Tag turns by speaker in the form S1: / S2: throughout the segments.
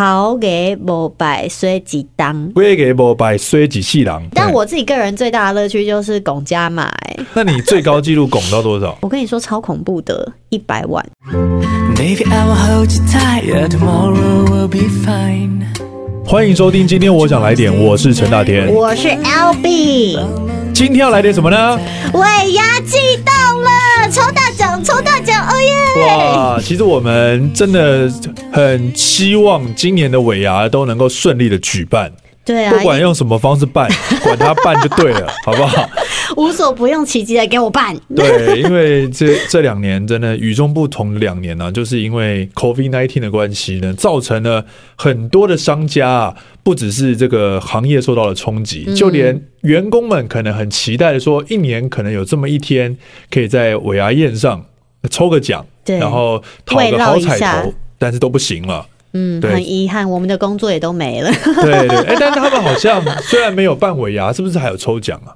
S1: 好给某百虽几当。
S2: 龟给我摆衰几细狼。
S1: 但我自己个人最大的乐趣就是拱加码、欸，
S2: 那你最高纪录拱到多少？
S1: 我跟你说超恐怖的，一百万。
S3: Baby, I will hold you tight. Yeah, tomorrow will be fine.
S2: 欢迎收听，今天我想来点，我是陈大天。
S1: 我是 L B，
S2: 今天要来点什么呢？
S1: 尾牙激动了，抽大奖，抽大奖，哦耶！
S2: 哇，其实我们真的很希望今年的尾牙都能够顺利的举办，
S1: 对啊
S2: 不，管用什么方式办，管他办就对 了，好不好？
S1: 无所不用其极的给我办。
S2: 对，因为这这两年真的与众不同的两年呢、啊，就是因为 COVID nineteen 的关系呢，造成了很多的商家啊，不只是这个行业受到了冲击，
S1: 嗯
S2: 就连员工们可能很期待的说，一年可能有这么一天，可以在尾牙宴上抽个奖，
S1: 对
S2: 然后讨
S1: 慰
S2: 个
S1: 劳
S2: 好
S1: 一下
S2: 彩头，但是都不行了。
S1: 嗯，
S2: 对
S1: 很遗憾，我们的工作也都没了。
S2: 对对，哎、但是他们好像虽然没有办尾牙，是不是还有抽奖啊？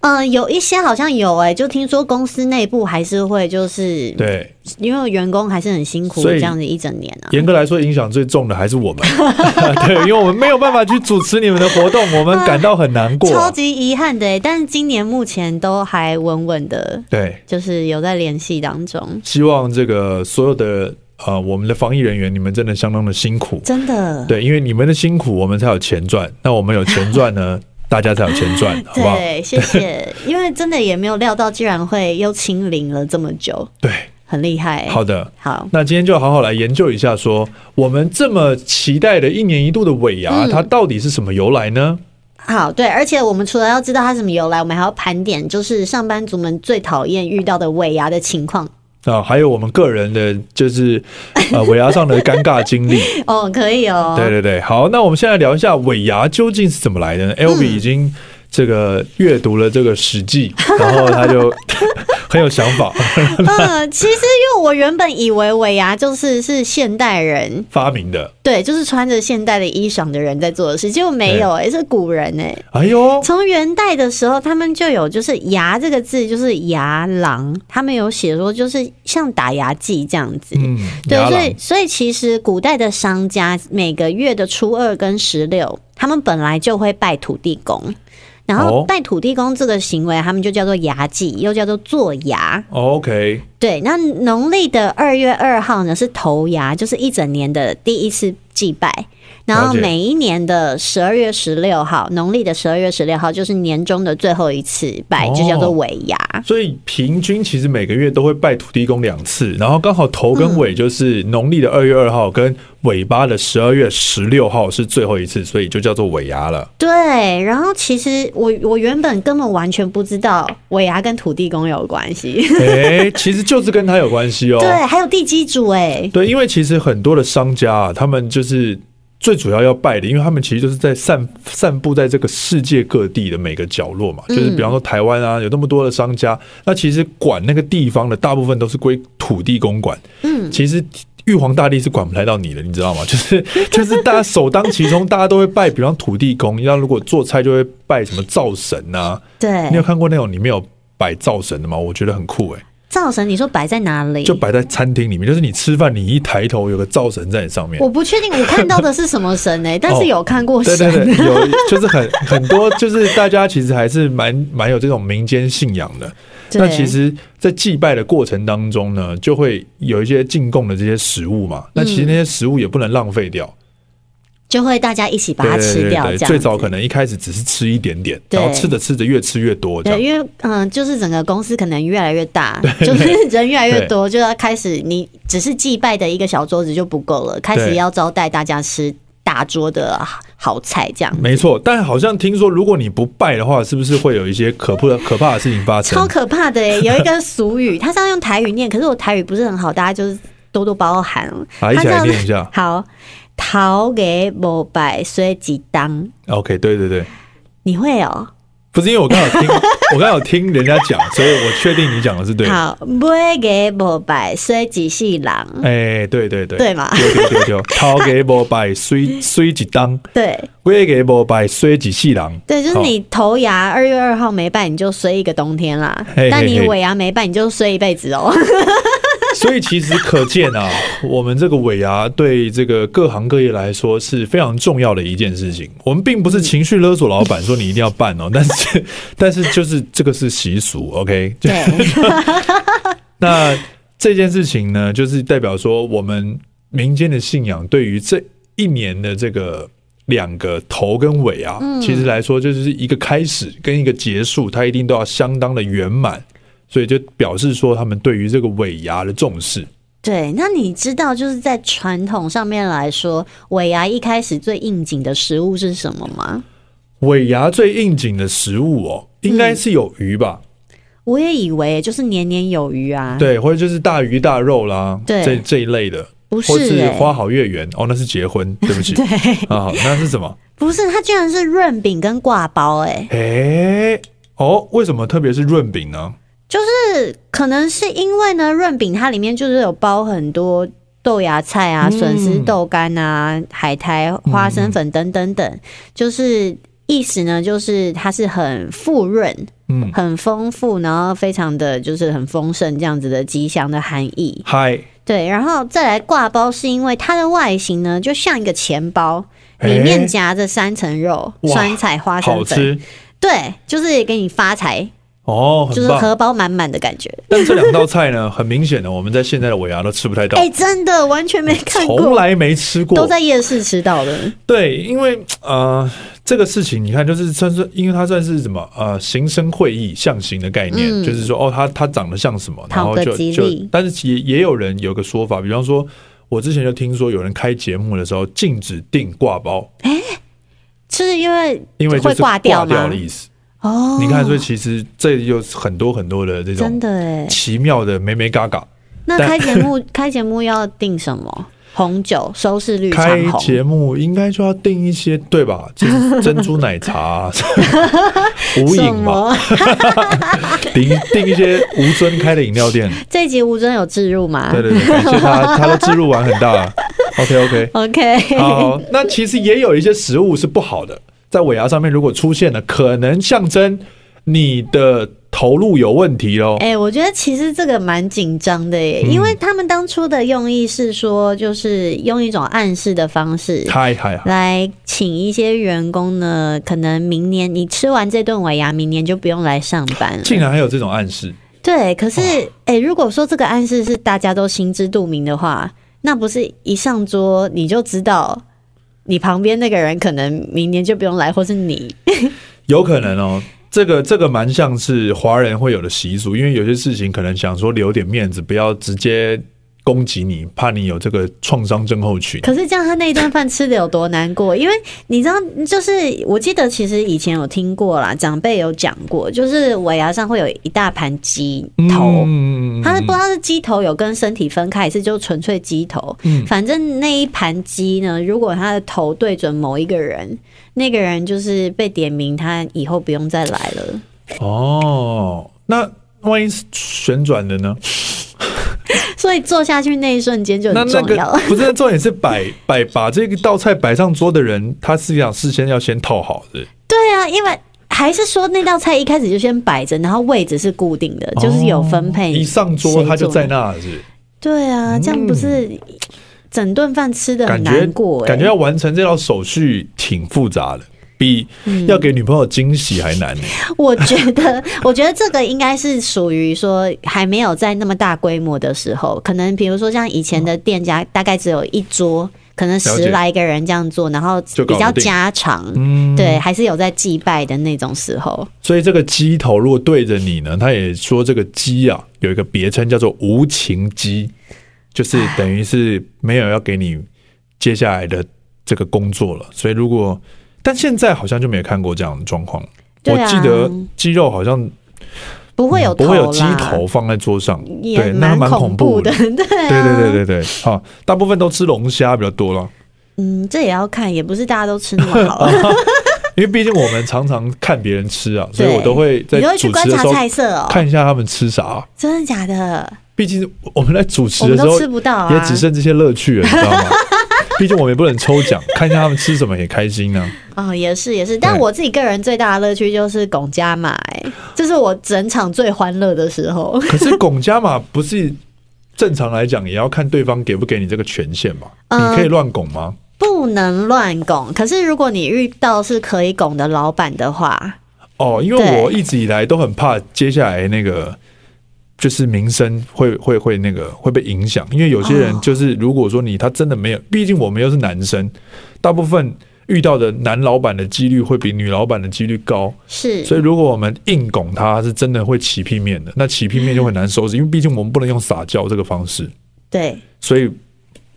S1: 嗯，有一些好像有哎、就听说公司内部还是会就是，
S2: 对，
S1: 因为员工还是很辛苦，
S2: 所以
S1: 这样子一整年啊。
S2: 严格来说，影响最重的还是我们， 对，因为我们没有办法去主持你们的活动，我们感到很难过。啊
S1: 超级遗憾的欸，但是今年目前都还稳稳的，
S2: 对，
S1: 就是有在联系当中，
S2: 希望这个所有的呃，我们的防疫人员，你们真的相当的辛苦。
S1: 真的。
S2: 对，因为你们的辛苦，我们才有钱赚。那我们有钱赚 呢，大家才有钱赚，好不好？
S1: 对，谢 谢，因为真的也没有料到，居然会又清零了这么久，
S2: 对，
S1: 很厉害欸。
S2: 好的。
S1: 好，
S2: 那今天就好好来研究一下说我们这么期待的一年一度的尾牙，
S1: 嗯
S2: 它到底是什么由来呢？
S1: 好，对，而且我们除了要知道它什么由来，我们还要盘点，就是上班族们最讨厌遇到的尾牙的情况。
S2: 啊，还有我们个人的，就是呃尾牙上的尴尬经历。
S1: 哦，可以哦。
S2: 对对对，好，那我们现在聊一下尾牙究竟是怎么来的
S1: 嗯
S2: 呢？L B 已经这个阅读了这个《史记》，然后他就 很有想法，
S1: 嗯，其实因为我原本以为尾牙就是是现代人，
S2: 发明的。
S1: 对，就是穿着现代的衣裳的人在做的事，结果没有、欸，是古人哎、
S2: 哎呦，
S1: 从元代的时候，他们就有就是“牙”这个字，就是牙郎，他们有写说就是像打牙祭这样子。
S2: 嗯，
S1: 对，
S2: 牙
S1: 所
S2: 郎
S1: 以所以其实古代的商家每个月的初二跟十六，他们本来就会拜土地公，然后
S2: 哦
S1: 拜土地公这个行为，他们就叫做牙祭，又叫做做牙。
S2: OK，
S1: 对，那农历的二月二号呢是头牙，就是一整年的第一次祭拜。然后
S2: 了解
S1: 每一年的十二月十六号，农历的十二月十六号就是年终的最后一次拜，
S2: 哦
S1: 就叫做尾牙。
S2: 所以平均其实每个月都会拜土地公两次，然后刚好头跟尾就是农历的二月二号跟尾巴的十二月十六号是最后一次，所以就叫做尾牙 了。
S1: 对，然后其实我我原本根本完全不知道尾牙跟土地公有关系，
S2: 哎，其实就是跟他有关系哦。
S1: 对，还有地基主哎、
S2: 对，因为其实很多的商家啊，他们就是最主要要拜的，因为他们其实就是在散散布在这个世界各地的每个角落嘛。就是比方说台湾啊，有那么多的商家，那其实管那个地方的大部分都是归土地公管。嗯，其实。玉皇大帝是管不来到你的，你知道吗？就是 就是大家首当其冲，大家都会拜，比方土地公。那如果做菜就会拜什么灶神呐、你
S1: 对，
S2: 有看过那种里面有摆灶神的吗？我觉得很酷哎、
S1: 灶神你说摆在哪里？
S2: 就摆在餐厅里面，就是你吃饭，你一抬头有个灶神在你上面
S1: 我。不确定我看到的是什么神哎、但是有看过
S2: 对
S1: 神，
S2: 哦对对，有就是很很多， 就是大家其实还是蛮蛮有这种民间信仰的。那
S1: 对
S2: 其实，在祭拜的过程当中呢，就会有一些进贡的这些食物嘛。
S1: 嗯
S2: 那其实那些食物也不能浪费掉，
S1: 就会大家一起把
S2: 对
S1: 它
S2: 对
S1: 吃
S2: 对
S1: 掉，这
S2: 对
S1: 样子。
S2: 最早可能一开始只是吃一点点，
S1: 对
S2: 然后吃着吃着越吃越多，这
S1: 对，
S2: 样
S1: 因为嗯、就是整个公司可能越来越大， 就是人越来越多，就要开始你只是祭拜的一个小桌子就不够了，开始
S2: 对
S1: 要招待大家吃大桌的好菜这样。
S2: 没错。但好像听说，如果你不拜的话，是不是会有一些可怕的可怕的事情发生
S1: 超？可怕的耶！有一个俗语，它是要用台语念，可是我台语不是很好，大家就是多多包涵。
S2: 好一起来念一下
S1: 好，桃给某百虽几当，
S2: OK，对对对。
S1: 你会哦。
S2: 不是因为我刚好听， 我刚好听人家讲，所以我确定你讲的是对的。
S1: 好，买给某百虽几细郎，
S2: 哎、对对对，
S1: 对嘛
S2: 丢丢 丢丢，掏给无百虽虽一当，
S1: 对。
S2: 龟给无百虽一世人。
S1: 对，就是
S2: 好
S1: 你头牙二月二号没拜，你就衰一个冬天啦；
S2: 嘿嘿嘿
S1: 但你尾牙没拜，你就衰一辈子哦。
S2: 所以其实可见啊， 我们这个尾牙对这个各行各业来说是非常重要的一件事情。我们并不是情绪勒索老板说你一定要办哦，但是但是就是这个是习俗，OK？就
S1: 对，
S2: 那这件事情呢，就是代表说我们民间的信仰对于这一年的这个两个头跟尾啊，
S1: 嗯
S2: 其实来说就是一个开始跟一个结束，它一定都要相当的圆满，所以就表示说他们对于这个尾牙的重视。
S1: 对，那你知道就是在传统上面来说，尾牙一开始最应景的食物是什么吗？
S2: 尾牙最应景的食物哦，应该是有鱼吧？
S1: 我也以为就是年年有余啊，
S2: 对，或者就是大鱼大肉啦，
S1: 对
S2: 这这一类的，
S1: 不是
S2: 或是
S1: 欸
S2: 花好月圆哦，那是结婚，对不 起
S1: 对，
S2: 啊，好那是什么？
S1: 不是，它居然是润饼跟挂包、哎，
S2: 诶，哦，为什么特别是润饼呢？
S1: 就是可能是因为呢，润饼它里面就是有包很多豆芽菜啊、
S2: 嗯
S1: 笋丝、豆干啊、海苔、花生粉等等等，就是意思呢，就是它是很富润、
S2: 嗯，
S1: 很丰富，然后非常的就是很丰盛这样子的吉祥的含义。
S2: 嗨，
S1: 对，然后再来挂包，是因为它的外形呢，就像一个钱包，
S2: 诶
S1: 里面夹着三层肉、
S2: 哇
S1: 酸菜、花生
S2: 好
S1: 粉，
S2: 吃
S1: 对，就是给你发财，
S2: 哦，
S1: 就
S2: 很
S1: 是
S2: 棒。
S1: 荷包满满的感觉。
S2: 但这两道菜呢，很明显的，我们在现在的尾牙都吃不太到
S1: 哎、，真的完全没看
S2: 从
S1: 过，
S2: 来没吃过
S1: 都。在夜市吃到的。
S2: 对，因为呃，这个事情你看，就是算是，因为它算是什么呃，形声会意象形的概念，
S1: 嗯
S2: 就是说哦，它它长得像什么，然
S1: 讨
S2: 后
S1: 个
S2: 就
S1: 吉
S2: 就
S1: 利，
S2: 但是其实也有人有个说法，比方说，我之前就听说有人开节目的时候禁止订挂包，
S1: 是因为
S2: 因为就
S1: 会
S2: 是挂
S1: 挂
S2: 掉
S1: 吗
S2: 的？意思。
S1: 哦，
S2: 你看，所以其实这有很多很多的这
S1: 真
S2: 种
S1: 的哎，
S2: 奇妙的美美嘎嘎。
S1: 那
S2: 但
S1: 开节目 开节目要定什么？红酒收视率长
S2: 开
S1: 红，
S2: 节目应该就要定一些对吧？ 就是珍珠奶茶、无
S1: 什
S2: 饮嘛，
S1: 么？
S2: 定定一些吴尊开的饮 料店。
S1: 这集吴尊有置入吗？
S2: 对对对，感谢他，他的置入完很大。OK OK，
S1: OK，
S2: 好，那其实也有一些食物是不好的，在尾牙上面如果出现了，可能象征你的投入有问题喽。
S1: 哎、我觉得其实这个蛮紧张的
S2: 嗯
S1: 耶，因为他们当初的用意是说，就是用一种暗示的方式。
S2: 嗨嗨，嗨
S1: 来请一些员工呢，可能明年你吃完这顿尾牙，明年就不用来上班了。
S2: 竟然还有这种暗示。
S1: 对，可是哎、如果说这个暗示是大家都心知肚明的话，那不是一上桌你就知道你旁边那个人可能明年就不用来，或是你
S2: 有可能哦。这个这个蛮像是华人会有的习俗，因为有些事情可能想说留点面子，不要直接攻击你，怕你有这个创伤症候群。
S1: 可是这样，他那一顿饭吃的有多难过？因为你知道，就是我记得其实以前有听过啦，长辈有讲过，就是尾牙上会有一大盘鸡头，
S2: 嗯
S1: 他是不知道是鸡头有跟身体分开，还是就纯粹鸡头。
S2: 嗯
S1: 反正那一盘鸡呢，如果他的头对准某一个人，那个人就是被点名，他以后不用再来 了。
S2: 哦，那万一是旋转的呢？
S1: 所以坐下去那一瞬间就
S2: 那
S1: 很
S2: 那
S1: 重
S2: 个
S1: 要。
S2: 不是重点是摆 摆把这个道菜摆上桌的人，他是想事先要先套好的。
S1: 对啊，因为还是说那道菜一开始就先摆着，然后位置是固定的，就是有分配。
S2: 哦一上桌他就在。那，是
S1: 对啊，这样不是整顿饭吃的很
S2: 感觉
S1: 难过、欸？
S2: 感觉要完成这道手续挺复杂的，比
S1: 嗯
S2: 要给女朋友惊喜还难呢。
S1: 我觉得， 我觉得这个应该是属于说还没有在那么大规模的时候，可能比如说像以前的店家，大概只有一桌，可能
S2: 了解
S1: 十来个人这样做，然后
S2: 就
S1: 比
S2: 搞得
S1: 较
S2: 定
S1: 家常。
S2: 嗯，
S1: 对，还是有在祭拜的那种时候，
S2: 所以这个鸡头如果对着你呢，他也说这个鸡啊有一个别称叫做无情鸡，就是等于是没有要给你接下来的这个工作了。所以如果但现在好像就没有看过这样的状况。
S1: 对
S2: 我
S1: 啊
S2: 记得鸡肉好像嗯
S1: 不会有
S2: 不
S1: 头
S2: 会
S1: 啦，
S2: 有鸡头放在桌上，
S1: 也
S2: 对，那蛮恐
S1: 恐怖
S2: 的。
S1: 对啊，
S2: 对对对对对，好、大部分都吃龙虾比较多了，
S1: 嗯，这也要看，也不是大家都吃那么 好，
S2: 因为毕竟我们常常看别人吃啊，所以
S1: 对
S2: 我都会在
S1: 你都会去
S2: 主
S1: 观
S2: 持的
S1: 察
S2: 时候
S1: 菜色哦，
S2: 看一下他们吃啥啊、
S1: 真的假的？
S2: 毕竟我们在主持
S1: 我
S2: 的
S1: 们
S2: 时
S1: 都
S2: 候
S1: 吃不到啊，
S2: 也只剩这些乐趣了，你知道吗？ 毕竟我们也不能抽奖，看一下他们吃什么也开心啊呢、
S1: 哦，也是也是，但我自己个人最大的乐趣就是拱家买，这是我整场最欢乐的时候。
S2: 可是拱家嘛，不是正常来讲也要看对方给不给你这个权限吧。
S1: 嗯
S2: 你可以乱拱吗？
S1: 不能乱拱。可是如果你遇到是可以拱的老板的话，
S2: 哦，因为
S1: 对
S2: 我一直以来都很怕接下来那个就是名声会会会那个会被影响，因为有些人
S1: 哦
S2: 就是如果说你他真的没有，毕竟我们又是男生，大部分遇到的男老板的几率会比女老板的几率高，
S1: 是
S2: 所以如果我们硬拱他，是真的会起屁面的，那起屁面就很难收拾，因为毕竟我们不能用撒娇这个方式，
S1: 对
S2: 所以。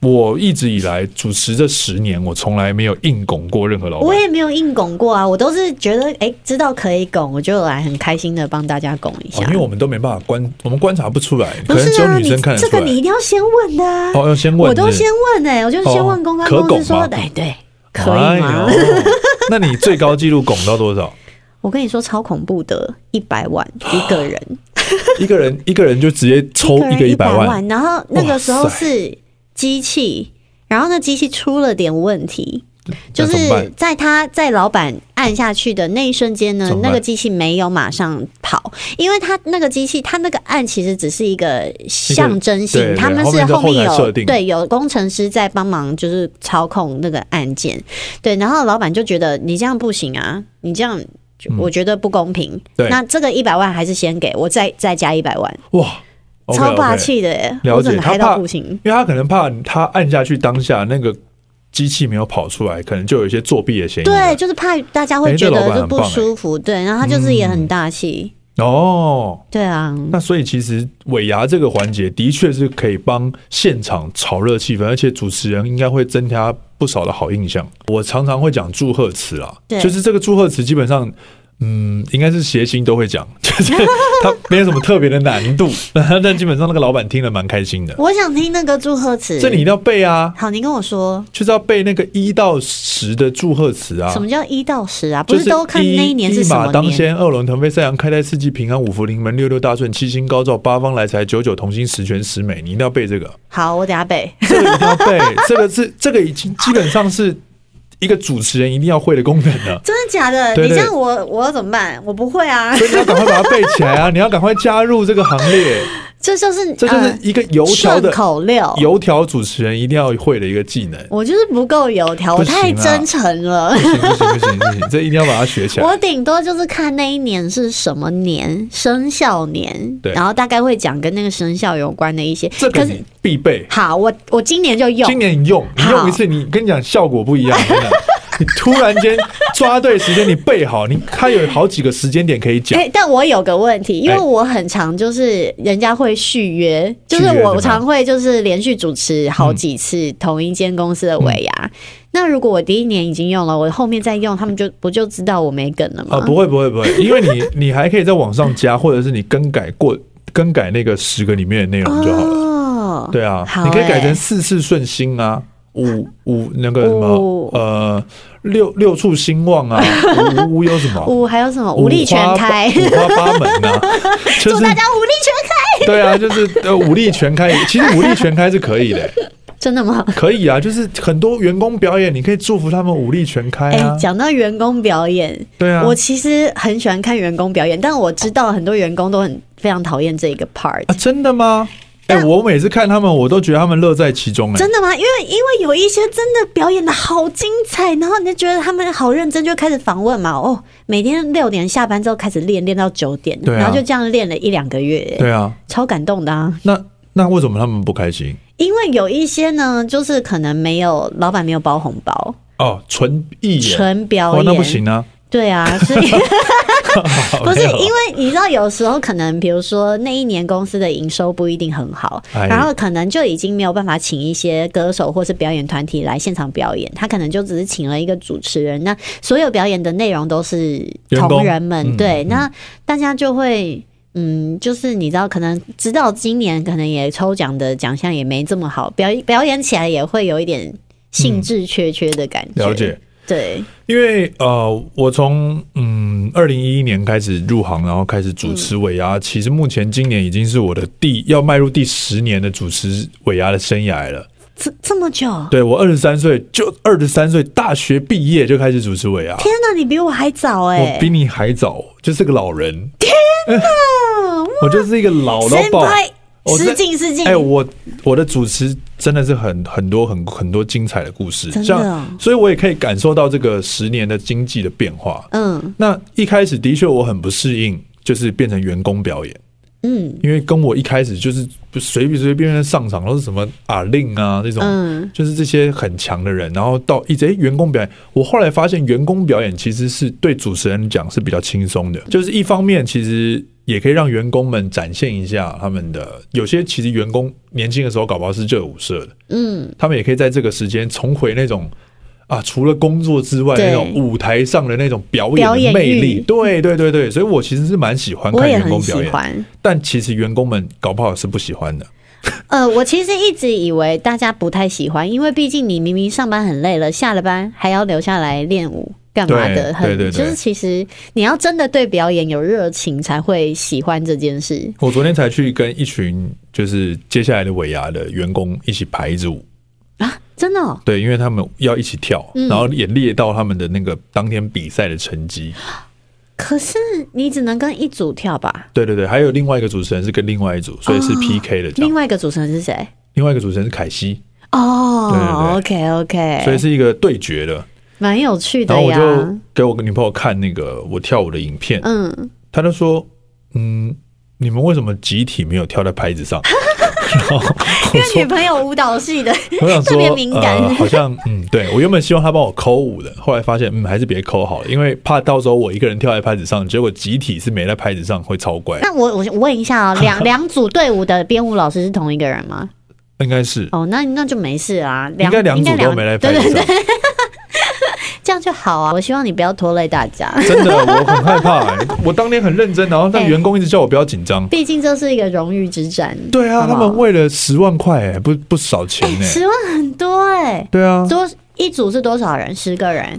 S2: 我一直以来主持这十年，我从来没有硬拱过任何老板。
S1: 我也没有硬拱过啊，我都是觉得哎、知道可以拱，我就来很开心的帮大家拱一
S2: 哦
S1: 下。，
S2: 因为我们都没办法观，我们观察不出来，
S1: 不
S2: 可能
S1: 是
S2: 只有
S1: 啊，
S2: 女
S1: 你
S2: 生看得
S1: 这
S2: 出
S1: 个
S2: 来。
S1: 你一定要先问的啊。
S2: 哦，要先问
S1: 我
S2: 是不
S1: 都
S2: 是，
S1: 先问哎、我就是先问公关
S2: 哦
S1: 公司说
S2: 可，拱吗
S1: 哎、对，可以吗？
S2: 哎呦那你最高纪录拱到 多少？
S1: 我跟你说超恐怖的，一百万一个人，
S2: 一个人一个人就直接抽
S1: 一
S2: 一个
S1: 人
S2: 一
S1: 一
S2: 百万，
S1: 万，然后那个时候
S2: 哇塞
S1: 是机器，然后那机器出了点问题，就
S2: 那怎么
S1: 是
S2: 办？
S1: 在他在老板按下去的那一瞬间呢
S2: 怎么，办
S1: 那个机器没有马上跑，因为他那个机器，他那个按其实只是一个象征
S2: 一个
S1: 性，
S2: 对
S1: 他们
S2: 对
S1: 是
S2: 后面是
S1: 面
S2: 后台
S1: 有
S2: 设定
S1: 对有工程师在帮忙，就是操控那个按键，对，然后老板就觉得你这样不行啊，你这样就我觉得不公平，
S2: 嗯对
S1: 那这个一百万还是先给我再再加一百万，
S2: 哇
S1: 超
S2: OK，OK
S1: 霸气的耶，
S2: 了解
S1: 我整个
S2: 他
S1: 嗨
S2: 怕
S1: 到不行。
S2: 因为他可能怕他按下去当下那个机器没有跑出来，可能就有一些作弊的嫌疑。
S1: 对，，就是怕大家
S2: 哎
S1: 会觉
S2: 这老板
S1: 得就
S2: 很
S1: 不
S2: 棒哎
S1: 舒服，对，然后他就是也很大气，
S2: 哦，
S1: 对啊，
S2: 那所以其实尾牙这个环节的确是可以帮现场炒热气氛，而且主持人应该会增加不少的好印象。我常常会讲祝贺词啦，
S1: 对
S2: 就是这个祝贺词基本上。嗯，应该是谐星都会讲， 就是它没有什么特别的难度， 但基本上那个老板听了蛮开心的。
S1: 我想听那个祝贺词。
S2: 这你一定要背啊，
S1: 好，你跟我说
S2: 就是要背那个一到十的祝贺词啊。
S1: 什么叫一到十啊？不
S2: 就是
S1: 都看那一年是
S2: 一
S1: 什
S2: 马
S1: 么
S2: 当
S1: 年？
S2: 先，二龙腾飞，三阳开泰，四季平安，五福临门，六六大顺，七星高照，八方来财，九九同心，十全十美。你一定要 背这个，
S1: 好，我等下背。
S2: 这个一定要背，这个是这个已经基本上是一个主持人一定要会的功能啊 了。
S1: 真的假的？
S2: 对
S1: 你
S2: 对
S1: 这样我我要怎么办？我不会啊，
S2: 所以你要赶快把它背起来啊！你要赶快加入这个行列，
S1: 这就是
S2: 这就是
S1: 呃
S2: 一个油条
S1: 顺
S2: 的
S1: 口溜。
S2: 油条主持人一定要会的一个技能。
S1: 我就是不够油条，
S2: 不
S1: 我
S2: 行啊
S1: 太
S2: 啦
S1: 真诚了
S2: 不。行不行不行不行，这一定要把它学起来。
S1: 我顶多就是看那一年是什么年，生肖年，
S2: 对
S1: 然后大概会讲跟那个生肖有关的一些。
S2: 这个
S1: 可是
S2: 你必备。
S1: 好，我我今年就用。
S2: 今年你用，你
S1: 好
S2: 用一次，你跟你讲效果不一样， 真的。你突然间抓对时间，你背好，你它有好几个时间点可以讲
S1: 哎、。但我有个问题，因
S2: 哎
S1: 为我很常就是人家会续约，就
S2: 续
S1: 是
S2: 约怎么
S1: 我
S2: 样
S1: 常会就是连续主持好几次同一间公司的尾牙。
S2: 嗯
S1: 那如果我第一年已经用了，我后面再用，他们就不就知道我没梗了吗？
S2: 啊，不会不会不会，因为你你 还可以在网上加，或者是你更改过更改那个十个里面的内容就好了。
S1: 哦，
S2: 对啊，
S1: 好
S2: 你可以
S1: 欸
S2: 改成四次顺心啊，五五那个什么
S1: 五
S2: 呃六六处兴 旺啊，五五五有什么？
S1: 五还有什么武力全开？
S2: 五花八五花八门 啊，就
S1: 祝
S2: 是
S1: 大家武力全
S2: 对啊，就是呃武力全开，其实武力全开是可以的、
S1: 开，真的吗？
S2: 可以啊，就是很多员工表演，你可以祝福他们武力全开
S1: 哎、
S2: 啊。
S1: 讲到员工表演，
S2: 对啊，
S1: 我其实很喜欢看员工表演，但我知道很多员工都很非常讨厌这个 part。
S2: 啊，真的吗？哎、
S1: 但
S2: 我每次看他们，我都觉得他们乐在其中、哎，
S1: 真的吗？因为因为有一些真的表演的好精彩，然后你就觉得他们好认真，就开始访问嘛。哦，每天六点下班之后开始练，练到九点，
S2: 对啊
S1: 然后就这样练了一两个月，
S2: 对啊，
S1: 超感动的啊！
S2: 那那为什么他们不开心？
S1: 因为有一些呢，就是可能没有老板没有包红包，
S2: 哦，纯艺人，
S1: 纯表
S2: 哇，
S1: 演，
S2: 那不行啊，
S1: 对啊，所以不是
S2: 哦没有啊
S1: 因为你知道，有时候可能比如说那一年公司的营收不一定很好，
S2: 哎
S1: 然后可能就已经没有办法请一些歌手或是表演团体来现场表演，他可能就只是请了一个主持人。那所有表演的内容都是
S2: 员工
S1: 同仁们，
S2: 嗯
S1: 对，
S2: 嗯
S1: 那大家就会。嗯，就是你知道，可能知道今年可能也抽奖的奖项也没这么好，表表演起来也会有一点兴致缺缺的感觉。
S2: 了解。
S1: 对，
S2: 因为呃，我从嗯二零一一年开始入行，然后开始主持
S1: 嗯
S2: 尾牙，其实目前今年已经是我的第要迈入第十年的主持尾牙的生涯了。
S1: 这这么久，
S2: 对我二十三岁就二十三岁，大学毕业就开始主持尾牙，
S1: 天哪，你比我还早哎、
S2: 我比你还早，就是个老人，
S1: 嗯
S2: 我就是一个老到
S1: 啊先
S2: 哦爆。
S1: 拍
S2: 我在
S1: 失敬失敬。
S2: 哎、我我的主持真的是很很多很很多精彩的故事，
S1: 真的
S2: 像
S1: 哦
S2: 所以我也可以感受到这个十年的经济的变化。
S1: 嗯
S2: 那一开始的确我很不适应，就是变成员工表演，
S1: 嗯
S2: 因为跟我一开始就是随随便便上场都是什么啊令啊这种，
S1: 嗯，
S2: 就是这些很强的人，然后到一直、诶哎员工表演，我后来发现员工表演其实是对主持人讲是比较轻松的，就是一方面其实也可以让员工们展现一下他们的，有些其实员工年轻的时候搞不好是热舞社的，
S1: 嗯，
S2: 他们也可以在这个时间重回那种。啊，除了工作之外，
S1: 对
S2: 那种舞台上的那种表
S1: 表演
S2: 演的魅力
S1: 欲，
S2: 对对对对，所以我其实是蛮喜欢
S1: 我
S2: 看
S1: 也
S2: 员
S1: 很
S2: 工表
S1: 喜
S2: 演，
S1: 欢。
S2: 但其实员工们搞不好是不喜欢的。
S1: 呃，我其实一直以为大家不太喜欢，因为毕竟你明明上班很累了，下了班还要留下来练舞干嘛的，
S2: 对
S1: 很
S2: 对对对
S1: 就是其实你要真的对表演有热情，才会喜欢这件事。
S2: 我昨天才去跟一群就是接下来的尾牙的员工一起排一支舞，
S1: 真的、哦，
S2: 对，因为他们要一起跳，
S1: 嗯
S2: 然后也列到他们的那个当天比赛的成绩。
S1: 可是你只能跟一组跳吧？
S2: 对对对，还有另外一个主持人是跟另外一组，所以是 PK 的这
S1: 啊
S2: 样。
S1: 另外一个主持人是谁？
S2: 另外一个主持人是凯西，
S1: 哦、o
S2: 对
S1: k OK，
S2: 所以是一个对决的。
S1: 蛮有趣
S2: 然
S1: 的
S2: 后我
S1: 呀
S2: 就。给我女朋友看那个我跳舞的影片，
S1: 嗯，
S2: 她就说：“嗯，你们为什么集体没有跳在拍子上？”然后 我
S1: 因为
S2: 说
S1: 女朋友舞蹈系的，
S2: 我想
S1: 特
S2: 说
S1: 别，敏感
S2: 呃，好像嗯，对我原本希望他帮我抠舞的，后来发现嗯，还是别抠好了，因为怕到时候我一个人跳在拍子上，结果集体是没在拍子上，会超怪。
S1: 那我我我问一下哦， 两两组队伍的编舞老师是同一个人吗？
S2: 应该是，
S1: 哦，那那就没事啊，
S2: 应该两
S1: 应
S2: 组
S1: 该
S2: 都
S1: 两
S2: 没来
S1: 对
S2: 拍
S1: 对
S2: 子上
S1: 对，，这样就好啊。我希望你不要拖累大家，
S2: 真的，我很害怕、 欸我当天很认真，然后那
S1: 哎
S2: 员工一直叫我不要紧张。
S1: 毕竟这是一个荣誉之战。
S2: 对啊，
S1: 好不
S2: 他
S1: 好哎
S2: 们为了十万块、欸，不不少钱呢、
S1: 十万很多哎、
S2: 对啊，
S1: 多一组是多少人？十个人，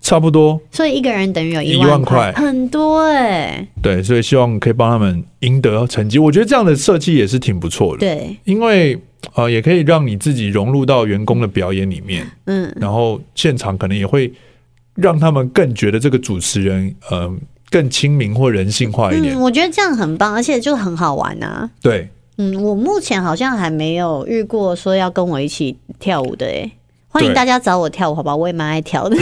S2: 差不多。
S1: 所以一个人等于有
S2: 一
S1: 万
S2: 万块
S1: 很多哎、
S2: 对，所以希望可以帮他们赢得成绩。我觉得这样的设计也是挺不错的，
S1: 对，
S2: 因为呃，也可以让你自己融入到员工的表演里面。
S1: 嗯，
S2: 然后现场可能也会让他们更觉得这个主持人呃更亲民或人性化一点。
S1: 嗯，我觉得这样很棒，而且就很好玩啊。
S2: 对，
S1: 嗯，我目前好像还没有遇过说要跟我一起跳舞的哎、欢迎
S2: 对
S1: 大家找我跳舞，好吧？我也蛮爱跳的。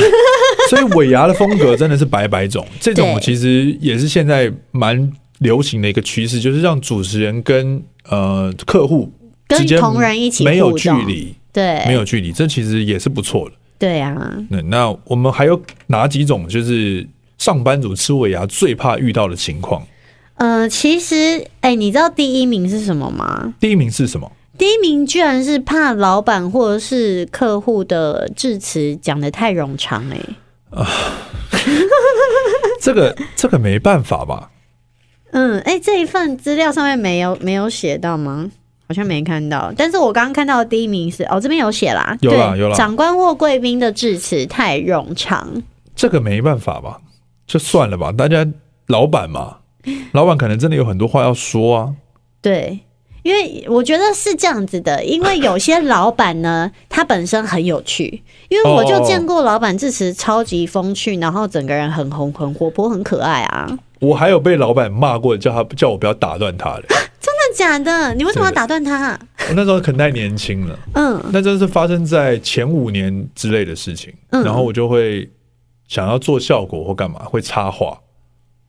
S2: 所以尾牙的风格真的是百百种，这种
S1: 对
S2: 其实也是现在蛮流行的一个趋势，就是让主持人跟呃客户
S1: 跟
S2: 之间
S1: 同仁一起
S2: 没
S1: 互动
S2: 有距离，
S1: 对，
S2: 没有距离，这其实也是不错的。
S1: 对啊，
S2: 那那我们还有哪几种就是上班族吃尾牙最怕遇到的情况？
S1: 呃，其实，哎、你知道第一名是什么吗？
S2: 第一名是什么？
S1: 第一名居然是怕老板或者是客户的致辞讲的太冗长、哎，
S2: 这个这个没办法吧？
S1: 嗯，哎、这一份资料上面没有没有写到吗？好像没看到，但是我刚刚看到的第一名是哦，这边有写啦，
S2: 有啦
S1: 对
S2: 有啦
S1: 长官或贵宾的致辞太冗长，
S2: 这个没办法吧，就算了吧，大家老 板嘛，老板可能真的有很多话要说啊。
S1: 对，因为我觉得是这样子的，因为有些老板呢，他本身很有趣，因为我就见过老板致辞超级风趣，然后整个人很红、很活泼、很可爱啊。真
S2: 我还有被老板骂过，叫他叫我不要打断他 的。
S1: 的假的？你为什么要打断他？啊
S2: 我那时候可能太年轻了，
S1: 嗯
S2: 那真的是发生在前五年之类的事情。
S1: 嗯
S2: 然后我就会想要做效果或干嘛，会插话。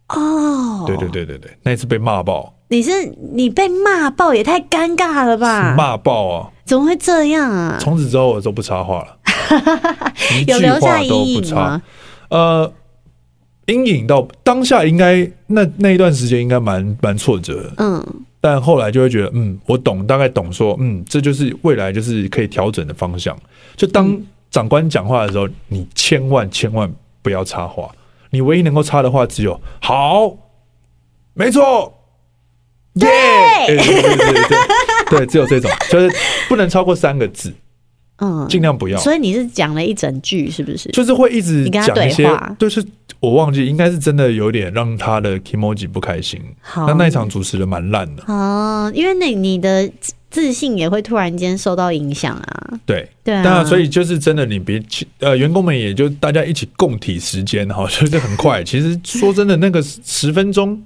S1: 哦，
S2: 对对，对对对，那一次被骂爆，
S1: 你是你被骂爆也太尴尬了吧？
S2: 骂爆啊！
S1: 怎么会这样啊？
S2: 从此之后我都不插话 了，一
S1: 有
S2: 句
S1: 留下
S2: 话都
S1: 阴
S2: 不
S1: 影
S2: 插
S1: 吗。？
S2: 呃，阴影到当下应该那那一段时间应该蛮蛮挫折的，
S1: 嗯，
S2: 但后来就会觉得，嗯，我懂，大概懂说，嗯，这就是未来就是可以调整的方向。就当
S1: 嗯
S2: 长官讲话的时候，你千万千万不要插话，你唯一能够插的话只有“好”，没错，耶、对对对对对对，对，只有这种，就是不能超过三个字，
S1: 嗯，
S2: 尽量不要。
S1: 所以你是讲了一整句，是不是？
S2: 就是会一直
S1: 你跟他
S2: 讲一
S1: 对
S2: 些
S1: 话，
S2: 就是我忘记，应该是真的有点让他的 Kimoji 不开心。
S1: 好
S2: 那那一场主持的蛮烂的，
S1: 哦，因为那你的自自信也会突然间受到影响啊。
S2: 对。
S1: 对啊，
S2: 当然，所以就是真的，你别去呃，员工们也就 大家一起共体时间哈，就是很快。其实说真的，那个十分钟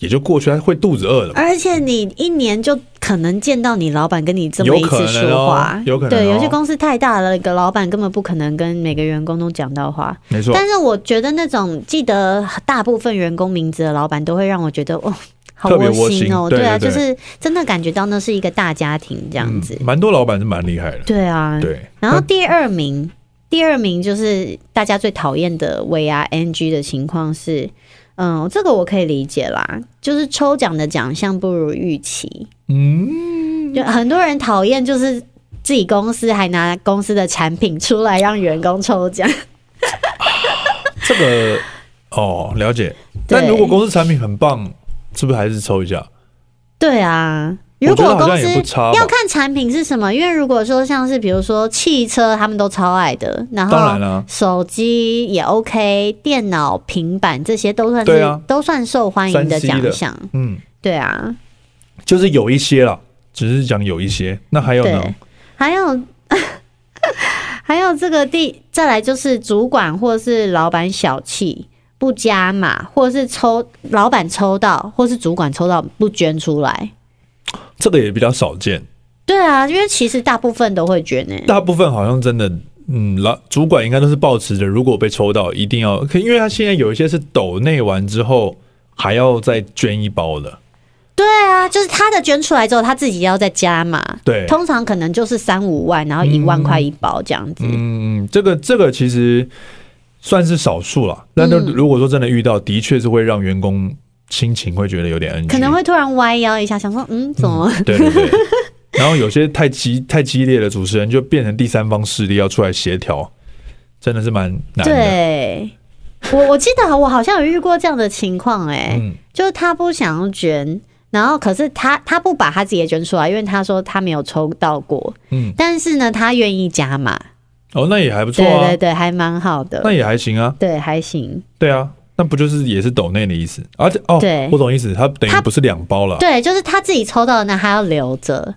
S2: 也就过去，他会肚子饿的嘛。
S1: 而且你一年就可能见到你老板跟你这么
S2: 有
S1: 一
S2: 可
S1: 次
S2: 能
S1: 说话
S2: 哦，有可能
S1: 对，有些
S2: 哦
S1: 公司太大了，个老板根本不可能跟每个员工都讲到话。
S2: 没
S1: 嗯
S2: 错，
S1: 但是我觉得那种记得大部分员工名字的老板，都会让我觉得哦，好
S2: 特别
S1: 窝
S2: 窝心
S1: 哦。
S2: 对
S1: 啊，
S2: 对
S1: 就
S2: 对
S1: 是真的感觉到那是一个大家庭这样子。
S2: 嗯蛮多老板是蛮厉害的。
S1: 对啊，
S2: 对，
S1: 然后第二名，第二名就是大家最讨厌的 VR NG 的情况是，嗯，这个我可以理解啦，就是抽奖的奖项不如预期，
S2: 嗯，
S1: 就很多人讨厌就是。自己公司还拿公司的产品出来让员工抽奖，
S2: 这个哦了解。
S1: 对
S2: 但如果公司产品很棒，是不是还是抽一下？
S1: 对啊。
S2: 我
S1: 如
S2: 觉
S1: 果
S2: 得好
S1: 公
S2: 像
S1: 司
S2: 也不差吧
S1: 要看产品是什么，因为如果说像是比如说汽车，他们都超爱的，然后
S2: 当然啦
S1: 手机也 OK，电脑、平板这些都算是、
S2: 对啊
S1: 都算受欢迎的
S2: 3C 的
S1: 奖项。
S2: 嗯，
S1: 对啊，
S2: 就是有一些啦，只是讲有一些。那还有呢？
S1: 对，还有 还有这个第再来就是主管或是老板小气不加码，或是抽老板抽到，或是主管抽到不捐出来。
S2: 这个也比较少见，
S1: 对啊，因为其实大部分都会捐欸诶、
S2: 大部分好像真的。嗯，老主管应该都是抱持着，如果被抽到，一定要，可因为他现在有一些是抖内完之后还要再捐一包的，
S1: 对啊，就是他的捐出来之后，他自己要再加嘛。
S2: 对
S1: 通常可能就是三五万，然后一万块一包这样子。
S2: 嗯，这个这个其实算是少数了。但
S1: 嗯
S2: 是如果说真的遇到，的确是会让员工心情会觉得有点 NG，
S1: 可能会突然歪腰一下，想说，嗯，怎么？
S2: 对对对。 然后有些太激太激烈的主持人就变成第三方势力要出来协调，真的是蛮难的。
S1: 对，我我记得我好像有遇过这样的情况、哎、
S2: 嗯，
S1: 就是他不想要捐，然后可是他他不把他自己的捐出来，因为他说他没有抽到过，
S2: 嗯，
S1: 但是呢，他愿意加码，
S2: 哦，那也还不错
S1: 对
S2: 啊，
S1: 对对，还蛮好
S2: 那
S1: 的，
S2: 也还行啊，
S1: 对，还行，
S2: 对啊，那不就是也是抖内的意思？而且哦
S1: 对，
S2: 我懂意思，他等于
S1: 他
S2: 不是两包了，
S1: 对，就是他自己抽到的那还要留着。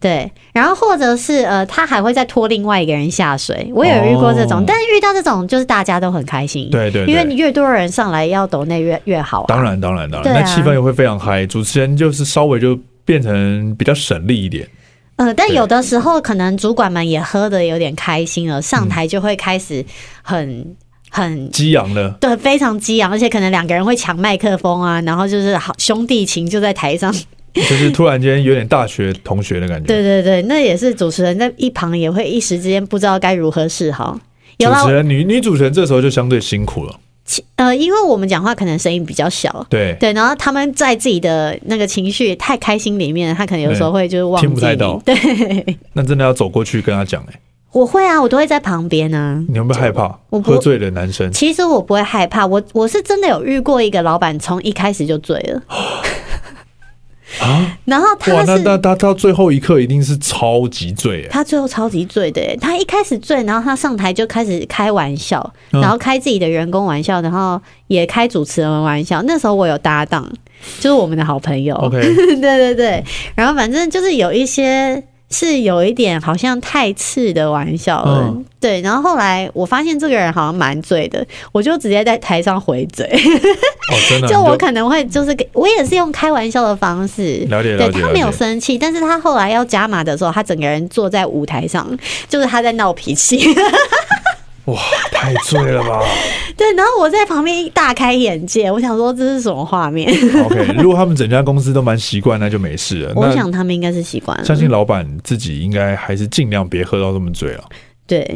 S1: 对，然后或者是呃，他还会再拖另外一个人下水。我也有遇过这种，
S2: 哦
S1: 但是遇到这种就是大家都很开心，
S2: 对对对
S1: 因为你越多人上来要抖内越越好、啊。
S2: 当然，当然，当然，
S1: 对啊
S2: 那气氛也会非常嗨。主持人就是稍微就变成比较省力一点，
S1: 呃，但
S2: 对
S1: 有的时候可能主管们也喝的有点开心了，上台就会开始很很。
S2: 激昂的。
S1: 对，非常激昂，而且可能两个人会抢麦克风啊，然后就是好兄弟情就在台上。
S2: 嗯就是突然间有点大学同学的感觉。
S1: 对对对，那也是主持人在一旁也会一时之间不知道该如何是好。有啦
S2: 主持，人女女主持人这时候就相对辛苦了。
S1: 其呃，因为我们讲话可能声音比较小，
S2: 对，
S1: 对，然后他们在自己的那个情绪太开心里面，他可能有时候会就是忘
S2: 听不
S1: 记
S2: 太
S1: 你
S2: 到。
S1: 对，
S2: 那真的要走过去跟他讲哎、
S1: 我会啊，我都会在旁边啊。
S2: 你会不会害怕
S1: 我不
S2: 喝醉的男生？
S1: 其实我不会害怕，我我是真的有遇过一个老板，从一开始就醉了，
S2: 啊
S1: 然后
S2: 哇，
S1: 他
S2: 那那
S1: 是
S2: 他到最后一刻一定是超级醉哎、
S1: 他最后超级醉的耶，欸他一开始醉，然后他上台就开始开玩笑，
S2: 嗯
S1: 然后开自己的员工玩笑，然后也开主持人玩笑。那时候我有搭档，就是我们的好朋友。
S2: OK，
S1: 对对对，然后反正就是有一些是有一点好像太次的玩笑了，
S2: 嗯
S1: 对。然后后来我发现这个人好像蛮醉的，我就直接在台上回嘴，
S2: 哦，真 的，
S1: 就我
S2: 你
S1: 可能会就是给我也是用开玩笑的方式。
S2: 了解
S1: 对
S2: 了解
S1: 他没有
S2: 了解，
S1: 生气，但是他后来要加码的时候，他整个人坐在舞台上，就是他在闹脾气。
S2: 哇，太醉了吧
S1: 对，然后我在旁边一大开眼界，我想说这是什么画面？
S2: ？OK，如果他们整家公司都蛮习惯，那就没事了。
S1: 我
S2: 那
S1: 想他们应该是习惯
S2: 相
S1: 了。
S2: 信老板自己应该还是尽量别喝到这么醉 了，
S1: 对，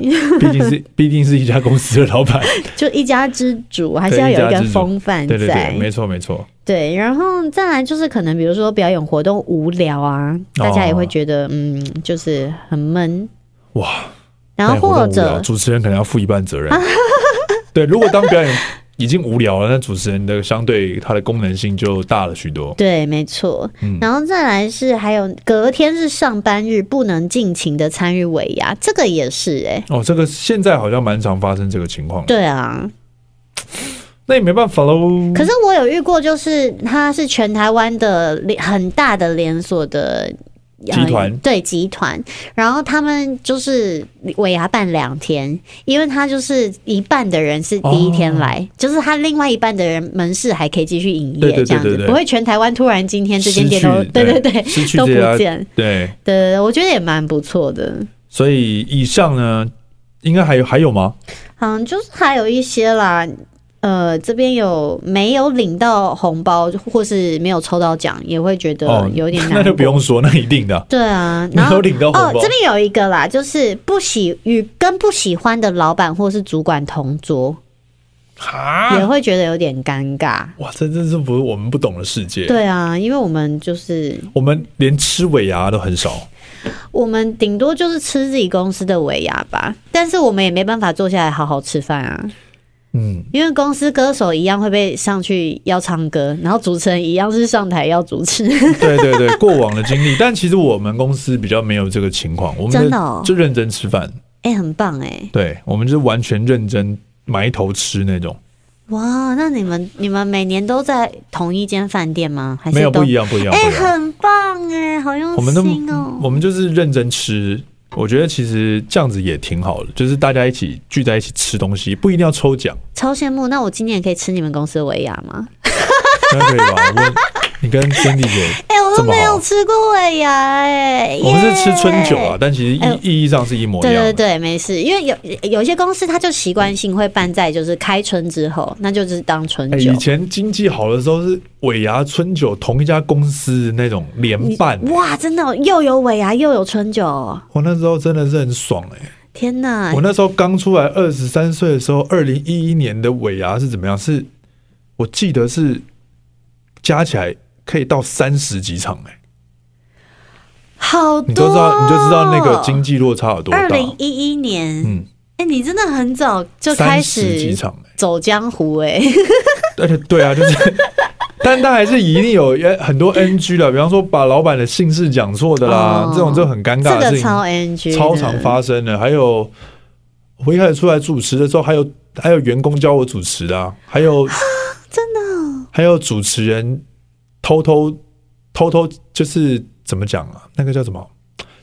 S2: 毕竟是毕竟是一家公司的 老板，
S1: 就一家之主，还是
S2: 对
S1: 要
S2: 一
S1: 有一
S2: 家
S1: 个
S2: 之主
S1: 风范在。
S2: 对对对，没错没错，
S1: 对，然后再来就是可能比如说表演活动无聊啊，大家
S2: 哦
S1: 也会觉得、嗯，就是很闷。
S2: 哇，
S1: 然后
S2: 那也活动
S1: 或
S2: 无聊
S1: 者
S2: 主持人可能要负一半责 任。对，如果当表演已经无聊了，那主持人的相对它的功能性就大了许多。
S1: 对，没错。
S2: 嗯
S1: 然后再来是还有隔天是上班日，不能尽情的参与尾牙，这个也是哎、
S2: 哦，这个现在好像蛮常发生这个情况，
S1: 对啊，
S2: 那也没办法喽。
S1: 可是我有遇过，就是它是全台湾的连很大的连锁的呃
S2: 集团
S1: 对集团，然后他们就是尾牙办两天，因为他就是一半的人是第一天来，就是他另外一半的人门市还可以继续营
S2: 哦对对
S1: 业
S2: 对
S1: 这样子，
S2: 对对
S1: 不会全台湾突然今天这间
S2: 失
S1: 店
S2: 去
S1: 都对对对
S2: 失去
S1: 都不
S2: 这家
S1: 见，
S2: 对，
S1: 对对对，我觉得也蛮不错的。
S2: 所以以上呢，应该还有还有吗？
S1: 嗯，就是还有一些啦，呃，这边有没有领到红包或是没有抽到奖，也会觉得
S2: 哦
S1: 有点难、
S2: 那就不。用说，那一定 的，
S1: 对啊，
S2: 没
S1: 然后
S2: 有领到红
S1: 哦，
S2: 包
S1: 这。边有一个啦，就是不喜与跟不喜欢的老板或是主管同桌，也
S2: 哈，
S1: 会觉得有点尴尬。
S2: 哇，这真是不是我们不懂的世界。
S1: 对啊，因为我们就是
S2: 我们连吃尾牙都很少，
S1: 我们顶多就是吃自己公司的尾牙吧，但是我们也没办法坐下来好好吃饭啊。
S2: 嗯，
S1: 因为公司歌手一样会被上去要唱歌，然后主持人一样是上台要主持。
S2: 对对对，过往的经历， 但其实我们公司比较没有这个情况，我们
S1: 真的哦
S2: 就认真吃饭，
S1: 哎、很棒哎、
S2: 对我们就是完全认真埋头吃那种，
S1: 哇，那你们你们每年都在同一间饭店吗？还是
S2: 没有
S1: 都
S2: 不一？样，不一样，
S1: 哎、
S2: 不一样。
S1: 很棒哎、好用
S2: 我们都
S1: 心哦、
S2: 我们就是认真吃，我觉得其实这样子也挺好的，就是大家一起聚在一起吃东西，不一定要抽奖，
S1: 超羡慕。那我今年也可以吃你们公司的维亚吗？
S2: 那可以吧？我问你跟 Cindy 姐，
S1: 哎、我
S2: 这
S1: 都
S2: 么好
S1: 没有吃过维亚哎、
S2: 我们是吃
S1: 耶
S2: 春酒啊，。但其实意、
S1: 哎
S2: 意义上是一模一
S1: 对
S2: 样
S1: 对
S2: 的。
S1: 对，没事，因为有有些公司它就习惯性会办在就是开春之后，那就是当春
S2: 哎
S1: 酒。
S2: 以前经济好的时候是尾牙春酒同一家公司那种联办，
S1: 哇，真的哦又有尾牙又有春酒哦，
S2: 我那时候真的是很爽哎、
S1: 天哪
S2: 我！那时候刚出来二十三岁的时候，二零一一年的尾牙是怎么样？是我记得是加起来可以到三十几场哎、
S1: 好多哦，
S2: 你都知道，你就知道那个经济落差有多
S1: 二
S2: 大。
S1: 零一一年，
S2: 嗯，
S1: 哎、你真的很早就开
S2: 三十几
S1: 始
S2: 场哎、
S1: 走江湖哎、
S2: 而且对 啊，就是，但他还是一定有呃很多 NG 的，比方说把老板的姓氏讲错的啦，
S1: 哦
S2: 这种就很尴
S1: 这
S2: 尬的
S1: 个
S2: 啊事情，
S1: 超 NG，的
S2: 超常发生的。还有我一开始出来主持的时候，还有还有员工教我主持的、啊，还有
S1: 真的哦、
S2: 还有主持人偷偷偷偷就是怎么讲啊？那个叫什么？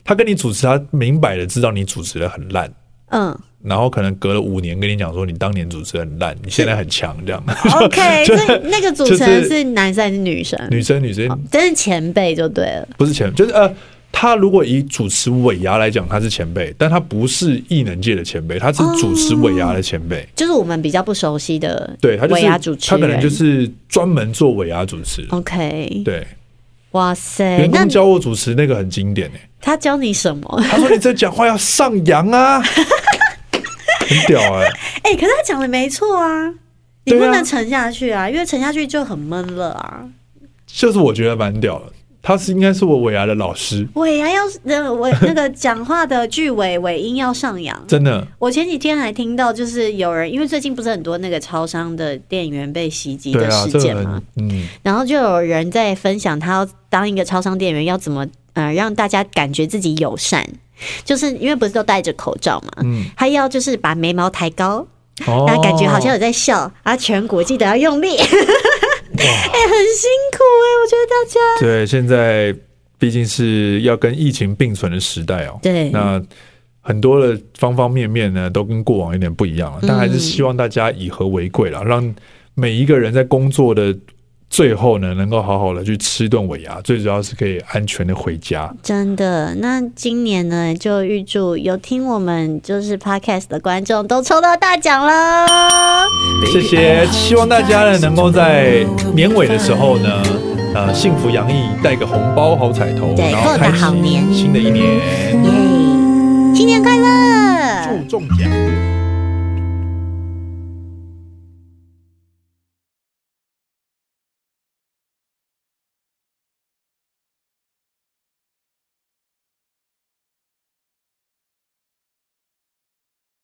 S2: 他跟你主持，他明摆的知道你主持的很烂。
S1: 嗯
S2: 然后可能隔了五年跟你讲说，你当年主持人很烂，你现在很强，这样。
S1: ，OK，
S2: 就
S1: 这那个主持人
S2: 就是
S1: 是男生还是女生？
S2: 女生女生
S1: 真是前辈就对了，
S2: 不是前，就是呃，他如果以主持尾牙来讲，他是前辈，但他不是艺能界的前辈，他是主持尾牙的前辈。
S1: 就是我们比较不熟悉的
S2: 对他就
S1: 哦尾
S2: 是
S1: 牙主持
S2: 他
S1: 人，
S2: 可能就是专门做尾牙主持。
S1: OK，
S2: 对，
S1: 哇塞，
S2: 员
S1: 哎那
S2: 工教我主持那个很经典诶、欸
S1: 他教你什么？
S2: 他说你这讲话要上扬啊，很屌哎、
S1: 哎、可是他讲的没错啊，你
S2: 对
S1: 不
S2: 啊
S1: 能沉下去啊，因为沉下去就很闷了啊。
S2: 就是我觉得蛮屌的。他是应该是我尾牙的老师，
S1: 尾牙要呃尾那个讲话的句尾尾音要上扬。
S2: 真的。
S1: 我前几天还听到，就是有人因为最近不是很多那个超商的店员被袭击
S2: 对
S1: 的
S2: 啊，
S1: 事
S2: 这个
S1: 件嘛、
S2: 人，嗯，
S1: 然后就有人在分享他要当一个超商店员要怎么呃让大家感觉自己友善，就是因为不是都戴着口罩嘛，
S2: 嗯
S1: 他要就是把眉毛抬高，
S2: 哦
S1: 然后感觉好像有在笑，然后颧骨记得要用 力，哎、很辛苦哎、我觉得大家
S2: 对，现在毕竟是要跟疫情并存的时代哦。
S1: 对
S2: 那很多的方方面面呢，都跟过往有点不一样
S1: 嗯
S2: 了。但还是希望大家以和为贵啦，让每一个人在工作的最后呢，能够好好的去吃顿尾牙，最主要是可以安全的回家。
S1: 真的，那今年呢，就预祝有听我们就是 podcast 的观众都抽到大奖啦！
S2: 谢谢，希望大家呢能够在年尾的时候呢，呃，幸福洋溢，带个红包好彩头，
S1: 对
S2: 然后开
S1: 过得好
S2: 心
S1: 年嗯
S2: 新的一年
S1: 耶，新年快乐！
S2: 祝中奖。